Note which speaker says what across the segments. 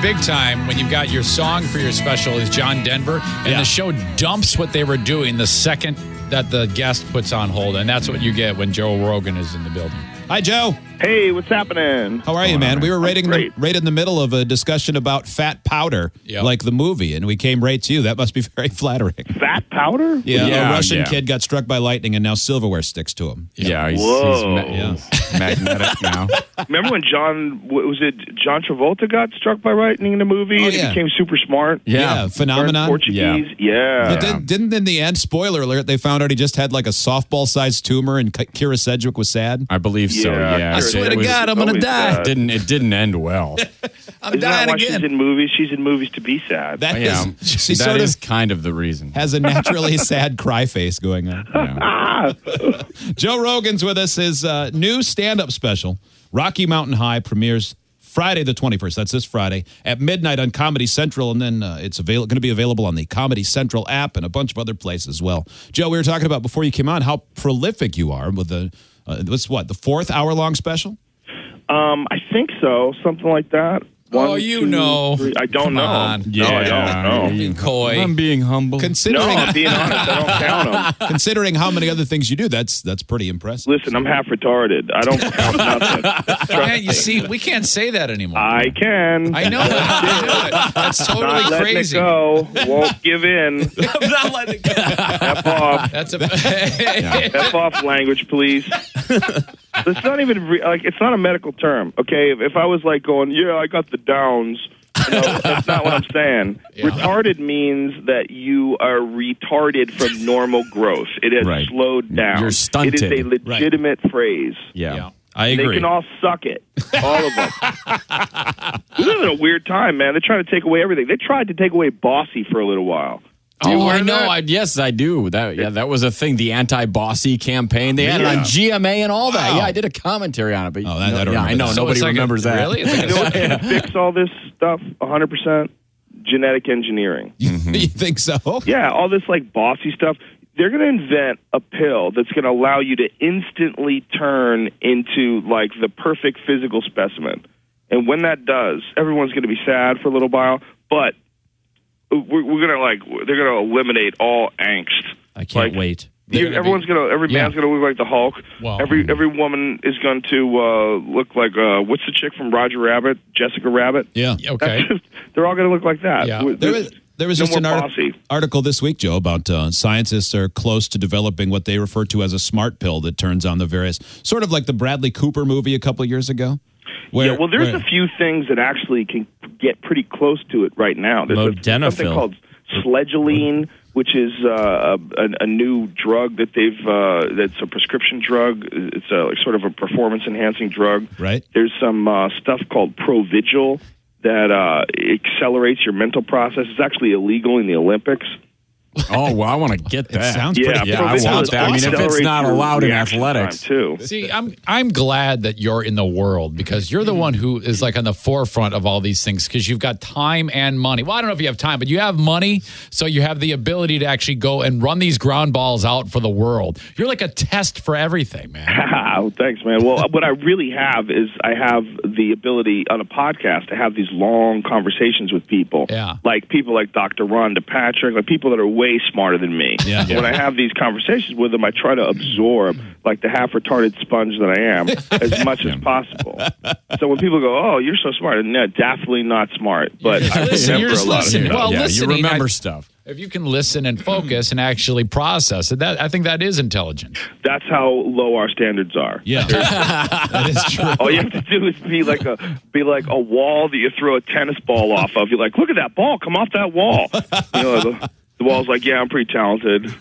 Speaker 1: big time when you've got your song for your special is John Denver, and
Speaker 2: Yeah.
Speaker 1: the show dumps what they were doing the second that the guest puts on hold, and that's what you get when Joe Rogan is in the building.
Speaker 2: Hi, Joe.
Speaker 3: Hey, what's happening?
Speaker 2: How are you, man? We were right in, the,
Speaker 3: Great.
Speaker 2: right in the middle of a discussion about fat powder,
Speaker 1: Yep.
Speaker 2: like the movie, and we came right to you. That must be very flattering.
Speaker 3: Fat powder?
Speaker 2: Yeah,
Speaker 4: Yeah,
Speaker 2: a Russian
Speaker 4: yeah.
Speaker 2: kid got struck by lightning, and now silverware sticks to him.
Speaker 4: Yeah, he's, he's
Speaker 3: Whoa.
Speaker 4: ma- yeah. magnetic now.
Speaker 3: Remember when John what was it John Travolta got struck by lightning in the movie
Speaker 2: Oh,
Speaker 3: and
Speaker 2: yeah.
Speaker 3: he became super smart?
Speaker 4: Yeah.
Speaker 3: Learned
Speaker 2: phenomenon.
Speaker 3: Portuguese.
Speaker 4: Yeah.
Speaker 3: Yeah. yeah.
Speaker 2: But then, didn't in the end, spoiler alert, they found out he just had like a softball-sized tumor, and K- Kira Sedgwick was sad.
Speaker 4: I believe so.
Speaker 3: Yeah,
Speaker 4: Yeah,
Speaker 3: I
Speaker 4: It
Speaker 3: swear to
Speaker 4: was- uh,
Speaker 3: God, I'm gonna Always die.
Speaker 4: It didn't it didn't end well?
Speaker 2: I'm
Speaker 3: Isn't that why she's in movies? She's in movies to be sad.
Speaker 2: That
Speaker 4: Yeah,
Speaker 2: is- she
Speaker 4: that
Speaker 2: sort
Speaker 4: is
Speaker 2: of
Speaker 4: kind of the reason.
Speaker 2: has a naturally sad cry face going on.
Speaker 4: Yeah.
Speaker 3: ah,
Speaker 2: Joe Rogan's with us. His uh, new stand-up special, Rocky Mountain High, premieres Friday the 21st. That's this Friday at midnight on Comedy Central, and then uh, it's avail- going to be available on the Comedy Central app and a bunch of other places as well. Joe, we were talking about before you came on how prolific you are with the uh, what's what the fourth hour-long special.
Speaker 3: um, I think so. Something like that. One,
Speaker 1: Oh, you
Speaker 3: two,
Speaker 1: know.
Speaker 3: three. I don't
Speaker 1: Come
Speaker 3: know.
Speaker 1: on.
Speaker 3: No, I don't know.
Speaker 4: being
Speaker 1: Coy.
Speaker 4: I'm being humble.
Speaker 3: No,
Speaker 2: Considering
Speaker 3: I'm being honest, I don't count them.
Speaker 2: considering how many other things you do, that's that's pretty impressive.
Speaker 3: Listen, I'm half retarded. I don't count nothing. Trust
Speaker 1: Man, you
Speaker 3: me.
Speaker 1: see, we can't say that anymore.
Speaker 3: I can.
Speaker 1: I know it. I know it. That's
Speaker 3: Uh, Not
Speaker 1: totally
Speaker 3: letting
Speaker 1: crazy.
Speaker 3: it go. Won't give in.
Speaker 1: I'm not letting it go.
Speaker 3: F off.
Speaker 1: That's a
Speaker 3: F off language, please. it's not even re- like it's not a medical term. Okay, if, if I was like going, yeah, I got the downs. You know, that's not what I'm saying. Retarded means that you are retarded from normal growth. It has
Speaker 4: Right.
Speaker 3: slowed down.
Speaker 4: You're stunted.
Speaker 3: It is a legitimate phrase.
Speaker 4: yeah.
Speaker 1: Yeah.
Speaker 4: I
Speaker 3: They
Speaker 4: agree.
Speaker 3: can all suck it, all of them. we live in a weird time, man. They're trying to take away everything. They tried to take away bossy for a little while. You
Speaker 4: Oh,
Speaker 3: aware
Speaker 4: I
Speaker 3: of
Speaker 4: know.
Speaker 3: that?
Speaker 4: I, yes, I do. That yeah, that was a thing. The anti-bossy campaign. They had it on GMA and all that. Yeah, I did a commentary on it. But
Speaker 2: Oh, that-
Speaker 4: no,
Speaker 2: I don't
Speaker 4: yeah,
Speaker 2: remember
Speaker 4: I know
Speaker 2: that.
Speaker 1: So
Speaker 4: nobody
Speaker 1: it's like a-
Speaker 4: remembers that.
Speaker 1: Really? It's like a-
Speaker 3: You know what's going to fix all this stuff 100%? Genetic engineering.
Speaker 2: you think so?
Speaker 3: Yeah, all this like bossy stuff. They're going to invent a pill that's going to allow you to instantly turn into like the perfect physical specimen. And when that does, everyone's going to be sad for a little while, but we're, we're going to like, they're going to eliminate all angst.
Speaker 5: I can't
Speaker 3: Like,
Speaker 5: wait.
Speaker 3: You,
Speaker 1: gonna
Speaker 3: everyone's gonna, every
Speaker 1: Yeah.
Speaker 3: man's gonna look like the Hulk.
Speaker 1: Well- mm-hmm.
Speaker 3: every every woman is going to uh, look like uh, what's the chick from Roger Rabbit, Jessica Rabbit?
Speaker 2: Yeah.
Speaker 1: okay.
Speaker 3: They're all going to look like that.
Speaker 1: Yeah.
Speaker 3: There
Speaker 2: There was, there was
Speaker 3: no
Speaker 2: just an
Speaker 3: more
Speaker 2: art-
Speaker 3: bossy.
Speaker 2: article this week, Joe, about uh, scientists are close to developing what they refer to as a smart pill that turns on the various, sort of like the Bradley Cooper movie a couple years ago. Where,
Speaker 3: yeah, well, there's
Speaker 2: where-
Speaker 3: a few things that actually can get pretty close to it right now. There's a- something
Speaker 5: Modenafil.
Speaker 3: called sledgeline, which is uh, a, a new drug that they've uh, that's a prescription drug. It's a like, sort of a performance enhancing drug.
Speaker 2: Right.
Speaker 3: There's some uh, stuff called Provigil that uh, accelerates your mental process. It's actually illegal in the Olympics.
Speaker 4: Oh well, I want to get that.
Speaker 2: sounds
Speaker 3: Yeah,
Speaker 2: pretty-
Speaker 4: Yeah, I
Speaker 3: Provigil
Speaker 4: want
Speaker 3: is-
Speaker 4: that. I mean, if it's
Speaker 3: accelerates
Speaker 4: not
Speaker 3: your
Speaker 4: allowed in
Speaker 3: reaction time,
Speaker 4: athletics,
Speaker 3: too.
Speaker 1: See, I'm I'm glad that you're in the world because you're the one who is like on the forefront of all these things because you've got time and money. Well, I don't know if you have time, but you have money, so you have the ability to actually go and run these ground balls out for the world. You're like a test for everything, man.
Speaker 3: Ah, thanks, man. Well, what I really have is I have the ability on a podcast to have these long conversations with people.
Speaker 1: Yeah.
Speaker 3: Like people like Dr. Ron DePatrick, like people that are way smarter than me.
Speaker 2: Yeah.
Speaker 3: When I have these conversations with them, I try to absorb, like the half retarded sponge that I am, as much as possible. So when people go, oh, you're so smart, no, definitely not smart. But I
Speaker 1: Listen, you're
Speaker 3: remember
Speaker 1: just
Speaker 3: a lot of
Speaker 1: listening.
Speaker 3: stuff.
Speaker 1: Well,
Speaker 4: yeah, you
Speaker 1: listening,
Speaker 4: remember
Speaker 1: I-
Speaker 4: stuff.
Speaker 1: If you can listen and focus and actually process it, that I think that is intelligent.
Speaker 3: That's how low our standards are.
Speaker 2: Yeah. that is true.
Speaker 3: All you have to do is be like a be like a wall that you throw a tennis ball off of. You're like, look at that ball come off that wall. You know, the, the wall's like, yeah, I'm pretty talented.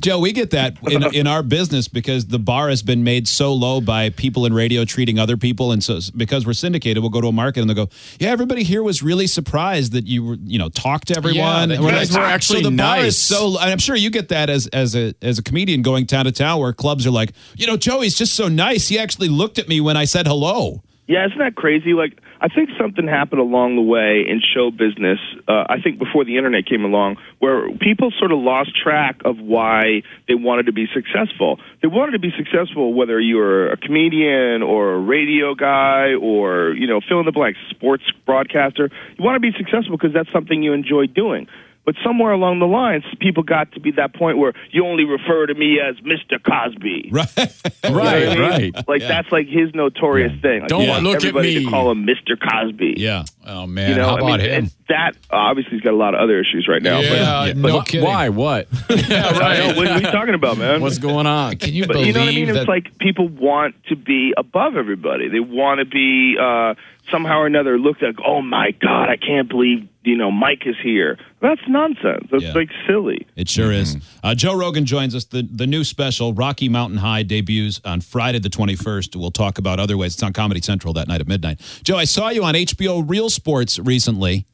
Speaker 2: Joe, we get that in, in our business because the bar has been made so low by people in radio treating other people, and so because we're syndicated, we'll go to a market and they'll go, "Yeah, everybody here was really surprised that you were, you know, talked to everyone."
Speaker 1: that
Speaker 2: And
Speaker 1: you
Speaker 2: we're
Speaker 1: guys
Speaker 2: like,
Speaker 4: were
Speaker 2: "So
Speaker 4: actually
Speaker 2: the bar
Speaker 4: nice."
Speaker 2: is so. And I'm sure you get that as as a as a comedian going town to town where clubs are like, you know, Joey's just so nice. He actually looked at me when I said hello.
Speaker 3: Yeah, isn't that crazy? Like, I think something happened along the way in show business. Uh, I think before the internet came along, where people sort of lost track of why they wanted to be successful. They wanted to be successful whether you were a comedian or a radio guy or you know fill in the blank sports broadcaster. You want to be successful because that's something you enjoy doing. But somewhere along the lines, people got to be that point where you only refer to me as Mr. Cosby.
Speaker 2: Right.
Speaker 3: You know
Speaker 4: Right,
Speaker 3: what I mean?
Speaker 4: right.
Speaker 3: Like that's like his notorious thing. Like,
Speaker 4: Don't
Speaker 3: you
Speaker 4: want-
Speaker 3: want
Speaker 4: look at
Speaker 3: everybody
Speaker 4: me.
Speaker 3: to call him Mr. Cosby.
Speaker 2: Yeah.
Speaker 1: Oh man,
Speaker 3: You know,
Speaker 1: how about
Speaker 3: I mean,
Speaker 1: him?
Speaker 3: and that obviously he's got a lot of other issues right now.
Speaker 1: yeah,
Speaker 2: Yeah.
Speaker 1: no
Speaker 4: Wh-
Speaker 1: kidding.
Speaker 4: Why? What?
Speaker 3: But I know, what, what are you talking about, man?
Speaker 4: What's going on?
Speaker 1: Can you
Speaker 3: but
Speaker 1: believe
Speaker 3: you know what I mean?
Speaker 1: that?
Speaker 3: It's like people want to be above everybody. They want to be uh, somehow or another looked like, oh my god, I can't believe you know Mike is here. That's nonsense. That's
Speaker 2: Yeah.
Speaker 3: like silly.
Speaker 2: It sure is. Uh, Joe Rogan joins us. The, the new special, Rocky Mountain High, debuts on Friday the 21st. We'll talk about other ways. It's on Comedy Central that night at midnight. Joe, I saw you on HBO Real Sports recently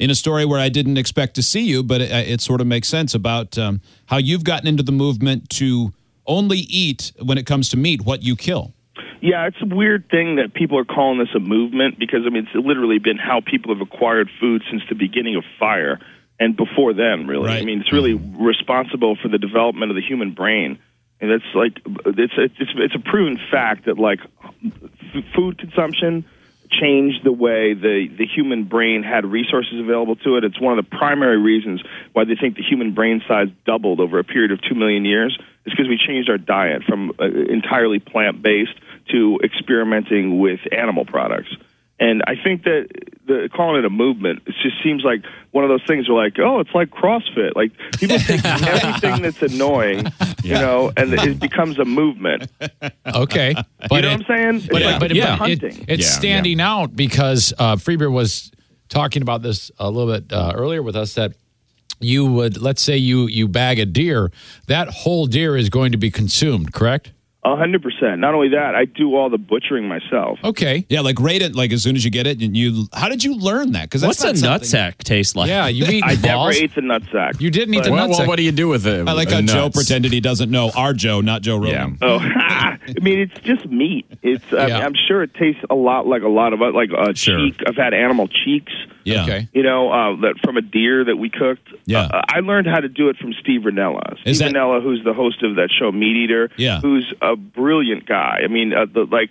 Speaker 2: in a story where I didn't expect to see you, but it, uh, it sort of makes sense about um, how you've gotten into the movement to only eat, when it comes to meat, what you kill.
Speaker 3: Yeah, it's a weird thing that people are calling this a movement because I mean it's literally been how people have acquired food since the beginning of fire and before then really.
Speaker 2: Right.
Speaker 3: I mean it's really responsible for the development of the human brain. And that's like it's it's it's a proven fact that like f- food consumption changed the way the the human brain had resources available to it. It's one of the primary reasons why they think the human brain size doubled over a period of 2 million years is because we changed our diet from uh, entirely plant-based to experimenting with animal products. And I think that the calling it a movement it just seems like one of those things where like, oh, it's like CrossFit. Like people take everything that's annoying, you know, and it becomes a movement.
Speaker 1: okay, but
Speaker 3: you know
Speaker 1: it-
Speaker 3: what I'm saying?
Speaker 1: But, it-
Speaker 3: It's like
Speaker 1: but, it-
Speaker 2: Yeah.
Speaker 1: but it-
Speaker 3: hunting.
Speaker 1: it's
Speaker 4: Yeah,
Speaker 1: standing out because uh, Freeber was talking about this a little bit uh, earlier with us that you would, let's say you you bag a deer, that whole deer is going to be consumed, correct?
Speaker 3: A hundred percent. Not only that, I do all the butchering myself.
Speaker 1: Okay.
Speaker 2: Yeah, like rate it like as soon as you get it, and you. How did you learn that? Because
Speaker 5: What's a
Speaker 2: nut
Speaker 5: nutsack
Speaker 2: sack?
Speaker 5: taste like?
Speaker 1: Yeah, you eat
Speaker 3: I never
Speaker 1: balls.
Speaker 3: ate the nutsack.
Speaker 1: You didn't eat the
Speaker 4: Well,
Speaker 1: nuts.
Speaker 4: well, what do you do with it?
Speaker 2: I like how
Speaker 4: Nuts.
Speaker 2: Joe pretended he doesn't know our Joe, not Joe Rogan.
Speaker 3: Oh, I mean, it's just meat. It's. I
Speaker 1: Yeah.
Speaker 3: mean, I'm sure it tastes a lot like a lot of o- like uh,
Speaker 5: Sure.
Speaker 3: cheek. I've had animal cheeks.
Speaker 2: Yeah.
Speaker 1: Okay.
Speaker 3: You know, uh, that from a deer that we cooked.
Speaker 2: Yeah.
Speaker 3: Uh, I learned how to do it from Steve Renella. Steve
Speaker 2: Is that-
Speaker 3: Renella, who's the host of that show Meat Eater,
Speaker 2: Yeah.
Speaker 3: who's a brilliant guy. I mean, uh, the, like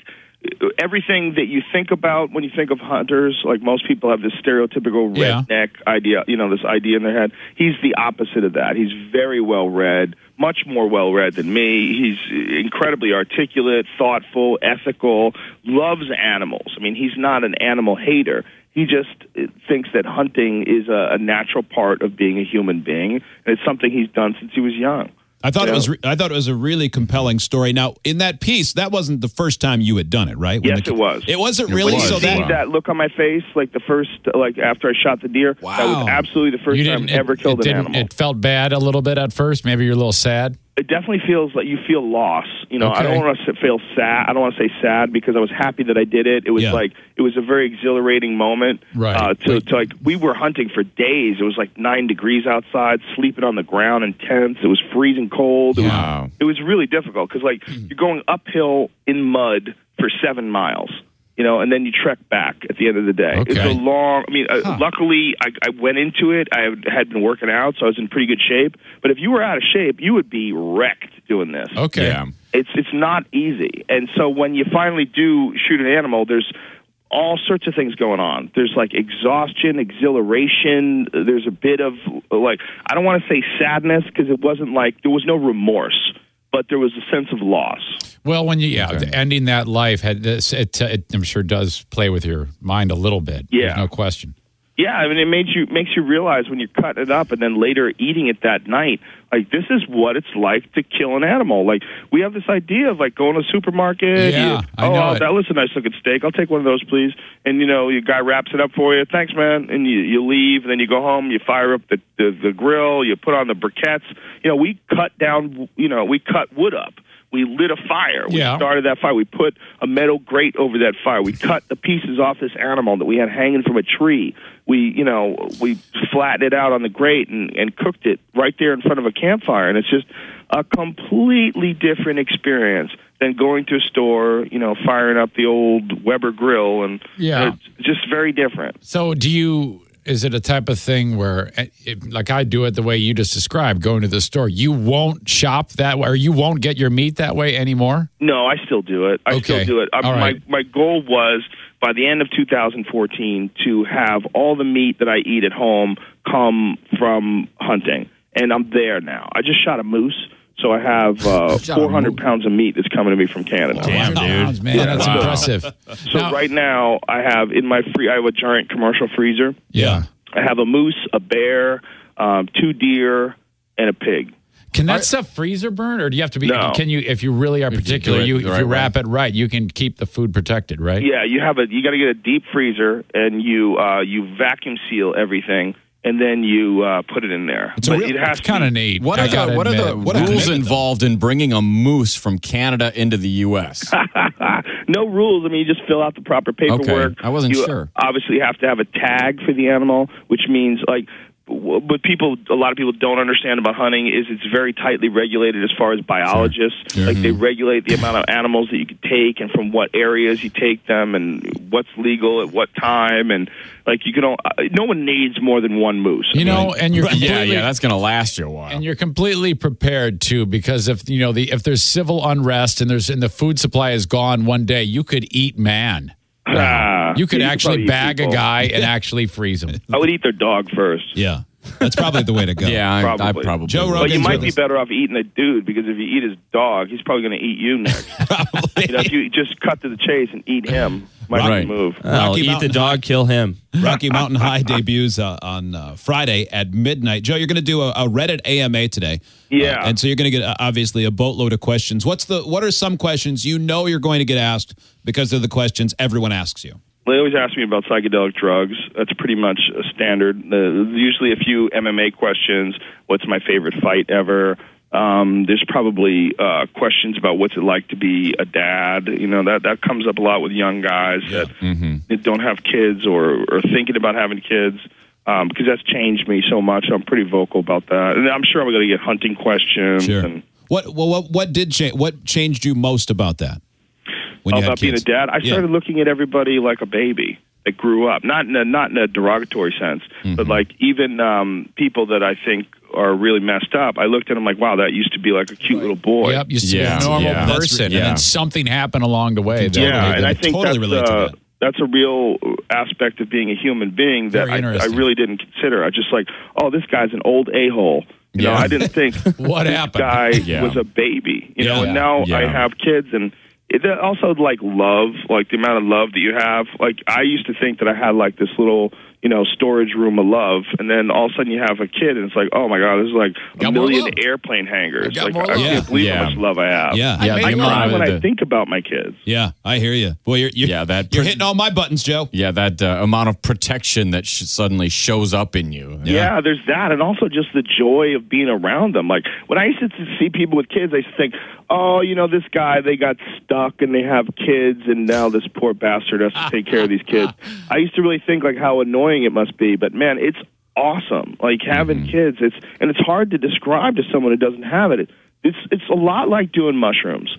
Speaker 3: everything that you think about when you think of hunters, like most people have this stereotypical
Speaker 1: Yeah.
Speaker 3: redneck idea, you know, this idea in their head. He's the opposite of that. He's very well read, much more well read than me. He's incredibly articulate, thoughtful, ethical, loves animals. I mean, he's not an animal hater. He just uh, thinks that hunting is a, a natural part of being a human being, and it's something he's done since he was young.
Speaker 2: I thought it
Speaker 3: Yeah.
Speaker 2: was. Re- I thought it was a really compelling story. Now, in that piece, that wasn't the first time you had done it, right? When
Speaker 3: Yes,
Speaker 2: the-
Speaker 3: it was.
Speaker 2: It wasn't really.
Speaker 3: When you
Speaker 2: So
Speaker 3: see
Speaker 2: that,
Speaker 3: that, look on my face, like the first, like after I shot the deer, that
Speaker 2: Wow.
Speaker 3: was absolutely the first
Speaker 1: You
Speaker 3: time I ever
Speaker 1: it-
Speaker 3: killed
Speaker 1: it
Speaker 3: an
Speaker 1: didn't-
Speaker 3: animal.
Speaker 1: It felt bad a little bit at first. Maybe you're a little sad.
Speaker 3: it definitely feels like you feel lost. You know, I
Speaker 1: Okay.
Speaker 3: don't want to feel sad. I don't want to say sad because I was happy that I did it. It was
Speaker 2: Yeah.
Speaker 3: like it was a very exhilarating moment.
Speaker 1: Right.
Speaker 3: Uh, to, to like we were hunting for days. It was like nine degrees outside, sleeping on the ground in tents. It was freezing cold. It
Speaker 4: Wow.
Speaker 3: was it was really difficult because like
Speaker 1: Hmm.
Speaker 3: you're going uphill in mud for seven miles. You know, and then you trek back at the end of the day. It's
Speaker 1: Okay.
Speaker 3: a long. I mean, uh, luckily I, I went into it. I had- had been working out, so I was in pretty good shape. But if you were out of shape, you would be wrecked doing this.
Speaker 1: Okay.
Speaker 4: Yeah.
Speaker 3: It's it's not easy. And so when you finally do shoot an animal, there's all sorts of things going on. There's like exhaustion, exhilaration. There's a bit of like I don't want to say sadness because it wasn't like there was no remorse, but there was a sense of loss.
Speaker 1: Well, when you yeah, ending that life had this, it, it I'm sure does play with your mind a little bit.
Speaker 3: Yeah.
Speaker 1: There's no question.
Speaker 3: Yeah, I mean it made you makes you realize when you're cutting it up and then later eating it that night, like this is what it's like to kill an animal. Like we have this idea of like going to a supermarket.
Speaker 1: Yeah,
Speaker 3: you-
Speaker 1: I
Speaker 3: oh,
Speaker 1: know
Speaker 3: I'll-
Speaker 1: it.
Speaker 3: that was a nice looking steak. I'll take one of those, please. And you know, your guy wraps it up for you. Thanks, man. And you, you leave, and then you go home. You fire up the, the the grill. You put on the briquettes. You know, we cut down. You know, we cut wood up. We lit a fire. We
Speaker 1: Yeah.
Speaker 3: started that fire. We put a metal grate over that fire. We cut the pieces off this animal that we had hanging from a tree. We, you know, we flattened it out on the grate and, and cooked it right there in front of a campfire. And it's just a completely different experience than going to a store, you know, firing up the old Weber grill and
Speaker 1: Yeah.
Speaker 3: it's just very different.
Speaker 1: So, do you? Is it a type of thing where, eh, it, like I do it the way you just described, going to the store, you won't shop that way, or you won't get your meat that way anymore?
Speaker 3: No, I still do it. I
Speaker 1: Okay.
Speaker 3: still do it. I,
Speaker 1: All right.
Speaker 3: My my goal was by the end of 2014 to have all the meat that I eat at home come from hunting, and I'm there now. I just shot a moose, so I have uh,
Speaker 1: Shot a
Speaker 3: 400
Speaker 1: moose.
Speaker 3: pounds of meat that's coming to me from Canada.
Speaker 2: Damn, dude.
Speaker 1: Pounds, man, that's
Speaker 2: Wow.
Speaker 1: impressive.
Speaker 3: So right now I have in my free I have a giant commercial freezer.
Speaker 1: yeah.
Speaker 3: I have a moose, a bear, um, two deer, and a pig.
Speaker 1: Can that stuff freezer burn, or do you have to be?
Speaker 3: No.
Speaker 1: Can you, if you really are particular,
Speaker 4: it
Speaker 1: you,
Speaker 4: the
Speaker 1: if
Speaker 4: right
Speaker 1: you
Speaker 4: way.
Speaker 1: wrap it right, you can keep the food protected, right?
Speaker 3: Yeah, you have a you got to get a deep freezer and you uh, you vacuum seal everything and then you uh, put it in there.
Speaker 2: It's a real-
Speaker 3: it has
Speaker 1: It's kind
Speaker 3: to
Speaker 1: of
Speaker 3: be-
Speaker 1: neat.
Speaker 4: What
Speaker 1: I
Speaker 4: are the
Speaker 1: gotta
Speaker 4: what are
Speaker 1: admit.
Speaker 4: the
Speaker 2: What a
Speaker 4: rules
Speaker 2: commitment, though.
Speaker 4: involved in bringing a moose from Canada into the U.S.?
Speaker 3: no rules. I mean, you just fill out the proper paperwork.
Speaker 4: I wasn't
Speaker 3: you
Speaker 4: sure.
Speaker 3: Obviously, have to have a tag for the animal, which means like w- what people a lot of people don't understand about hunting is it's very tightly regulated as far as biologists like they
Speaker 1: Mm-hmm.
Speaker 3: regulate the amount of animals that you can take and from what areas you take them and what's legal at what time and like you can all, uh, no one needs more than one moose
Speaker 1: You know, and you're
Speaker 4: yeah,
Speaker 1: completely-
Speaker 4: yeah, that's gonna last you a while.
Speaker 1: And you're completely prepared too, because if you know the if there's civil unrest and there's and the food supply is gone one day, you could eat man.
Speaker 3: Ah,
Speaker 1: You could
Speaker 3: yeah,
Speaker 1: actually
Speaker 3: probably eat
Speaker 1: bag a
Speaker 3: people.
Speaker 1: guy and actually freeze him.
Speaker 3: I would eat their dog first.
Speaker 2: Yeah. That's probably the way to go.
Speaker 4: yeah, I probably. I
Speaker 3: Probably.
Speaker 4: probably
Speaker 2: Joe
Speaker 4: would.
Speaker 2: Rogan-
Speaker 3: But you
Speaker 2: Rogan's
Speaker 3: might
Speaker 2: with
Speaker 3: be
Speaker 2: us.
Speaker 3: better off eating a dude because if you eat his dog, he's probably going to eat you next. You know, if you just cut to the chase and eat him, might
Speaker 4: Right.
Speaker 3: be the move.
Speaker 5: I'll
Speaker 2: Rocky
Speaker 5: eat the
Speaker 2: Mountain
Speaker 5: dog, kill him.
Speaker 2: Rocky Mountain High debuts uh, on uh, Friday at midnight. Joe, you're going to do a, a Reddit AMA today.
Speaker 3: Yeah.
Speaker 2: Uh, and so you're going to get uh, obviously a boatload of questions. What's the what are some questions you know you're going to get asked because they're the questions everyone asks you?
Speaker 3: They always ask me about psychedelic drugs. That's pretty much a standard. Uh, usually a few MMA questions. What's my favorite fight ever? Um, there's probably uh, questions about what's it like to be a dad. You know that that comes up a lot with young guys that, that don't have kids or or thinking about having kids um, because that's changed me so much. I'm pretty vocal about that, and I'm sure I'm going to get hunting questions and
Speaker 2: What well, what what did change? What changed you most about that? When
Speaker 3: about being a
Speaker 2: kids?
Speaker 3: dad. I
Speaker 2: Yeah.
Speaker 3: started looking at everybody like a baby that grew up, not in a, not in a derogatory sense,
Speaker 2: Mm-hmm.
Speaker 3: but like even um, people that I think are really messed up. I looked at them like, wow, that used to be like a cute little boy.
Speaker 1: Yep, you see
Speaker 4: Yeah,
Speaker 1: a normal
Speaker 4: yeah. That's-
Speaker 1: person, and
Speaker 4: yeah.
Speaker 1: then something happened along the way. that-
Speaker 3: Yeah, and I
Speaker 2: I
Speaker 3: think
Speaker 2: totally relate
Speaker 3: that's,
Speaker 2: to
Speaker 3: uh,
Speaker 2: that.
Speaker 3: that's a real aspect of being a human being that
Speaker 1: Very
Speaker 3: I, I
Speaker 1: interesting.
Speaker 3: really didn't consider. I just like, oh, this guy's an old a hole. You know,
Speaker 4: Yeah.
Speaker 3: I didn't think
Speaker 1: What
Speaker 3: this
Speaker 1: happened?
Speaker 3: guy
Speaker 4: Yeah.
Speaker 3: was a baby. You know,
Speaker 1: Yeah.
Speaker 3: and now I
Speaker 4: Yeah.
Speaker 3: have kids and. It that also like love, like the amount of love that you have. Like I used to think that I had like this little, you know, storage room of love, and then all of a sudden you have a kid, and it's like, oh my god, there's like
Speaker 1: Got
Speaker 3: a
Speaker 1: more
Speaker 3: million
Speaker 1: love.
Speaker 3: airplane hangers.
Speaker 1: Got
Speaker 3: Like
Speaker 1: more
Speaker 3: I
Speaker 1: love.
Speaker 2: Yeah.
Speaker 3: can't believe
Speaker 4: Yeah.
Speaker 3: how much love I have.
Speaker 2: Yeah.
Speaker 4: yeah,
Speaker 1: I
Speaker 4: the
Speaker 1: make
Speaker 4: amount
Speaker 1: mine
Speaker 4: of
Speaker 3: when
Speaker 4: the-
Speaker 3: I think about my kids.
Speaker 2: Yeah, I hear you. Well, you're, you're
Speaker 4: Yeah, that-
Speaker 2: you're hitting all my buttons, Joe.
Speaker 4: yeah, that uh, amount of protection that sh- suddenly shows up in you.
Speaker 3: Yeah. there's that, and also just the joy of being around them. Like when I used to see people with kids, I used to think, "Oh, you know, this guy they got stuck and they have kids, and now this poor bastard has to take care of these kids." I used to really think like how annoying it must be, but man, it's awesome. Like having kids, it's and it's hard to describe to someone who doesn't have it. It's it's a lot like doing mushrooms.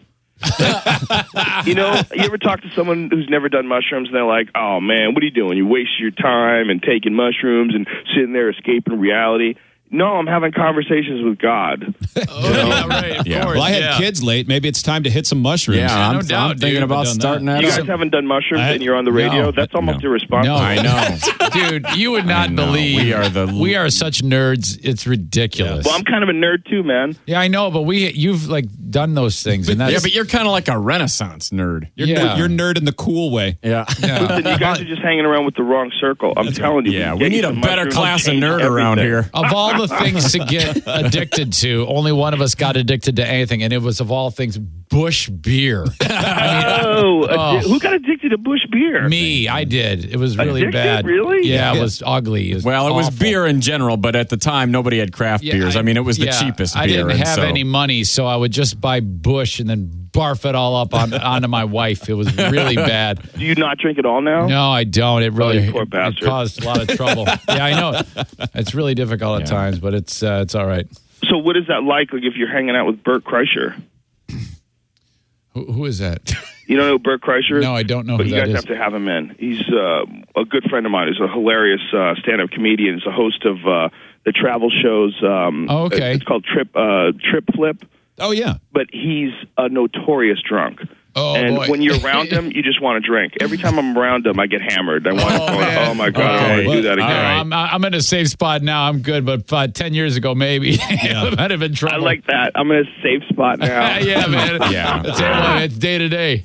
Speaker 3: You know, you ever talk to someone who's never done mushrooms and they're like, "Oh man, what are you doing? You wasting your time and taking mushrooms and sitting there escaping reality." No, I'm having conversations with God.
Speaker 1: Oh, yeah, right, of
Speaker 4: Yeah.
Speaker 1: course,
Speaker 2: Well, I had
Speaker 1: yeah.
Speaker 2: kids late. Maybe it's time to hit some mushrooms.
Speaker 4: Yeah, I'm,
Speaker 1: no
Speaker 4: I'm
Speaker 1: doubt,
Speaker 4: thinking
Speaker 1: dude.
Speaker 4: about
Speaker 2: I've done that.
Speaker 4: starting that.
Speaker 3: You guys
Speaker 4: up.
Speaker 3: haven't done mushrooms
Speaker 2: I-
Speaker 3: and you're on the
Speaker 1: no,
Speaker 3: radio. That's almost
Speaker 4: no.
Speaker 3: irresponsible.
Speaker 1: No,
Speaker 4: I know.
Speaker 1: dude, you would not
Speaker 4: know.
Speaker 1: believe
Speaker 4: We are the-
Speaker 1: we are such nerds. It's ridiculous.
Speaker 3: Well, I'm kind of a nerd too, man.
Speaker 1: yeah, I know, but we you've like done those things, and that's
Speaker 4: yeah, but you're kind of like a Renaissance nerd.
Speaker 2: You're,
Speaker 1: Yeah.
Speaker 2: you're nerd in the cool way.
Speaker 4: yeah.
Speaker 3: Listen, you guys are just hanging around with the wrong circle. I'm telling you.
Speaker 4: Yeah,
Speaker 3: you
Speaker 4: we
Speaker 3: get
Speaker 4: need
Speaker 3: you
Speaker 4: a
Speaker 3: some
Speaker 4: better
Speaker 3: mushrooms,
Speaker 4: class of
Speaker 3: change
Speaker 4: nerd around here.
Speaker 3: everything.
Speaker 1: of all the things to get addicted to, only one of us got addicted to anything, and it was of all things Bush beer. I
Speaker 3: Oh,
Speaker 1: Oh.
Speaker 3: addi- who got addicted to Bush beer?
Speaker 1: mean, me, I did. It was really
Speaker 3: Addicted?
Speaker 1: bad.
Speaker 3: Really?
Speaker 1: Yeah, it was ugly.
Speaker 4: Well, it was
Speaker 1: awful.
Speaker 4: beer in general, but at the time, nobody had craft
Speaker 1: Yeah,
Speaker 4: beers. I, mean, it was the
Speaker 1: yeah,
Speaker 4: cheapest beer.
Speaker 1: I didn't
Speaker 4: and
Speaker 1: have
Speaker 4: so-
Speaker 1: any money, so I would just buy Bush and then barf it all up on, onto my wife. It was really bad.
Speaker 3: Do you not drink at all now?
Speaker 1: No, I don't. It
Speaker 3: Oh, you
Speaker 1: really
Speaker 3: poor
Speaker 1: it- it
Speaker 3: bastard.
Speaker 1: caused a lot of trouble. yeah, I know. It's really difficult at times, but it's uh, it's all right.
Speaker 3: So what is that like? Like if you're hanging out with Bert Kreischer,
Speaker 1: Who, who is that?
Speaker 3: you don't know who Bert Kreischer? is?
Speaker 1: No, I don't know
Speaker 3: But
Speaker 1: who
Speaker 3: you
Speaker 1: that
Speaker 3: guys
Speaker 1: is.
Speaker 3: have to have him in. He's uh, a good friend of mine. He's a hilarious uh, stand-up comedian. He's a host of uh, the travel shows. Um,
Speaker 1: Oh, okay.
Speaker 3: It's called Trip uh, Trip Flip.
Speaker 2: Oh yeah.
Speaker 3: but he's a notorious drunk.
Speaker 1: Oh,
Speaker 3: and
Speaker 1: boy.
Speaker 3: when you're around him, you just want to drink. Every time I'm around him, I get hammered. I want
Speaker 1: Oh,
Speaker 3: to,
Speaker 1: man.
Speaker 3: oh my god, I
Speaker 2: Okay,
Speaker 3: don't want to do that
Speaker 1: I
Speaker 3: again.
Speaker 1: am I'm in a safe spot now. I'm good, but uh, ten years ago, maybe I might have been
Speaker 3: I
Speaker 1: trouble.
Speaker 3: like that. I'm in a safe spot now.
Speaker 1: yeah, man.
Speaker 2: Yeah.
Speaker 1: It's, everyone, it's day to day.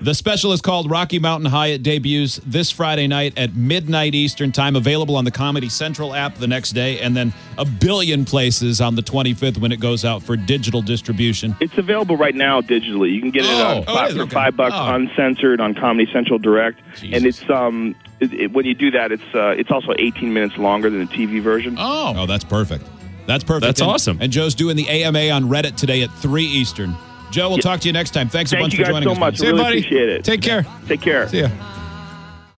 Speaker 2: The special is called Rocky Mountain High. It debuts this Friday night at midnight Eastern time, available on the Comedy Central app the next day, and then a billion places on the 25th when it goes out for digital distribution.
Speaker 3: It's available right now digitally. You can get it
Speaker 1: Oh,
Speaker 3: on
Speaker 1: oh,
Speaker 2: it
Speaker 3: spot
Speaker 2: is,
Speaker 3: for
Speaker 2: okay.
Speaker 3: five bucks,
Speaker 2: Oh.
Speaker 3: uncensored, on Comedy Central Direct. And
Speaker 1: Jesus.
Speaker 3: it's um, it, it, when you do that, it's uh, it's also 18 minutes longer than the TV version.
Speaker 1: Oh,
Speaker 2: Oh, that's perfect. That's perfect.
Speaker 4: That's
Speaker 2: And-
Speaker 4: awesome.
Speaker 2: And Joe's doing the AMA on Reddit today at 3 Eastern. Joe, we'll talk to you next time. Thanks a
Speaker 3: Thank
Speaker 2: bunch
Speaker 3: you
Speaker 2: for
Speaker 3: guys
Speaker 2: joining
Speaker 3: so
Speaker 2: us.
Speaker 3: much.
Speaker 2: man.
Speaker 3: Really
Speaker 1: buddy.
Speaker 3: appreciate it.
Speaker 1: Take care.
Speaker 3: Take care.
Speaker 1: See ya.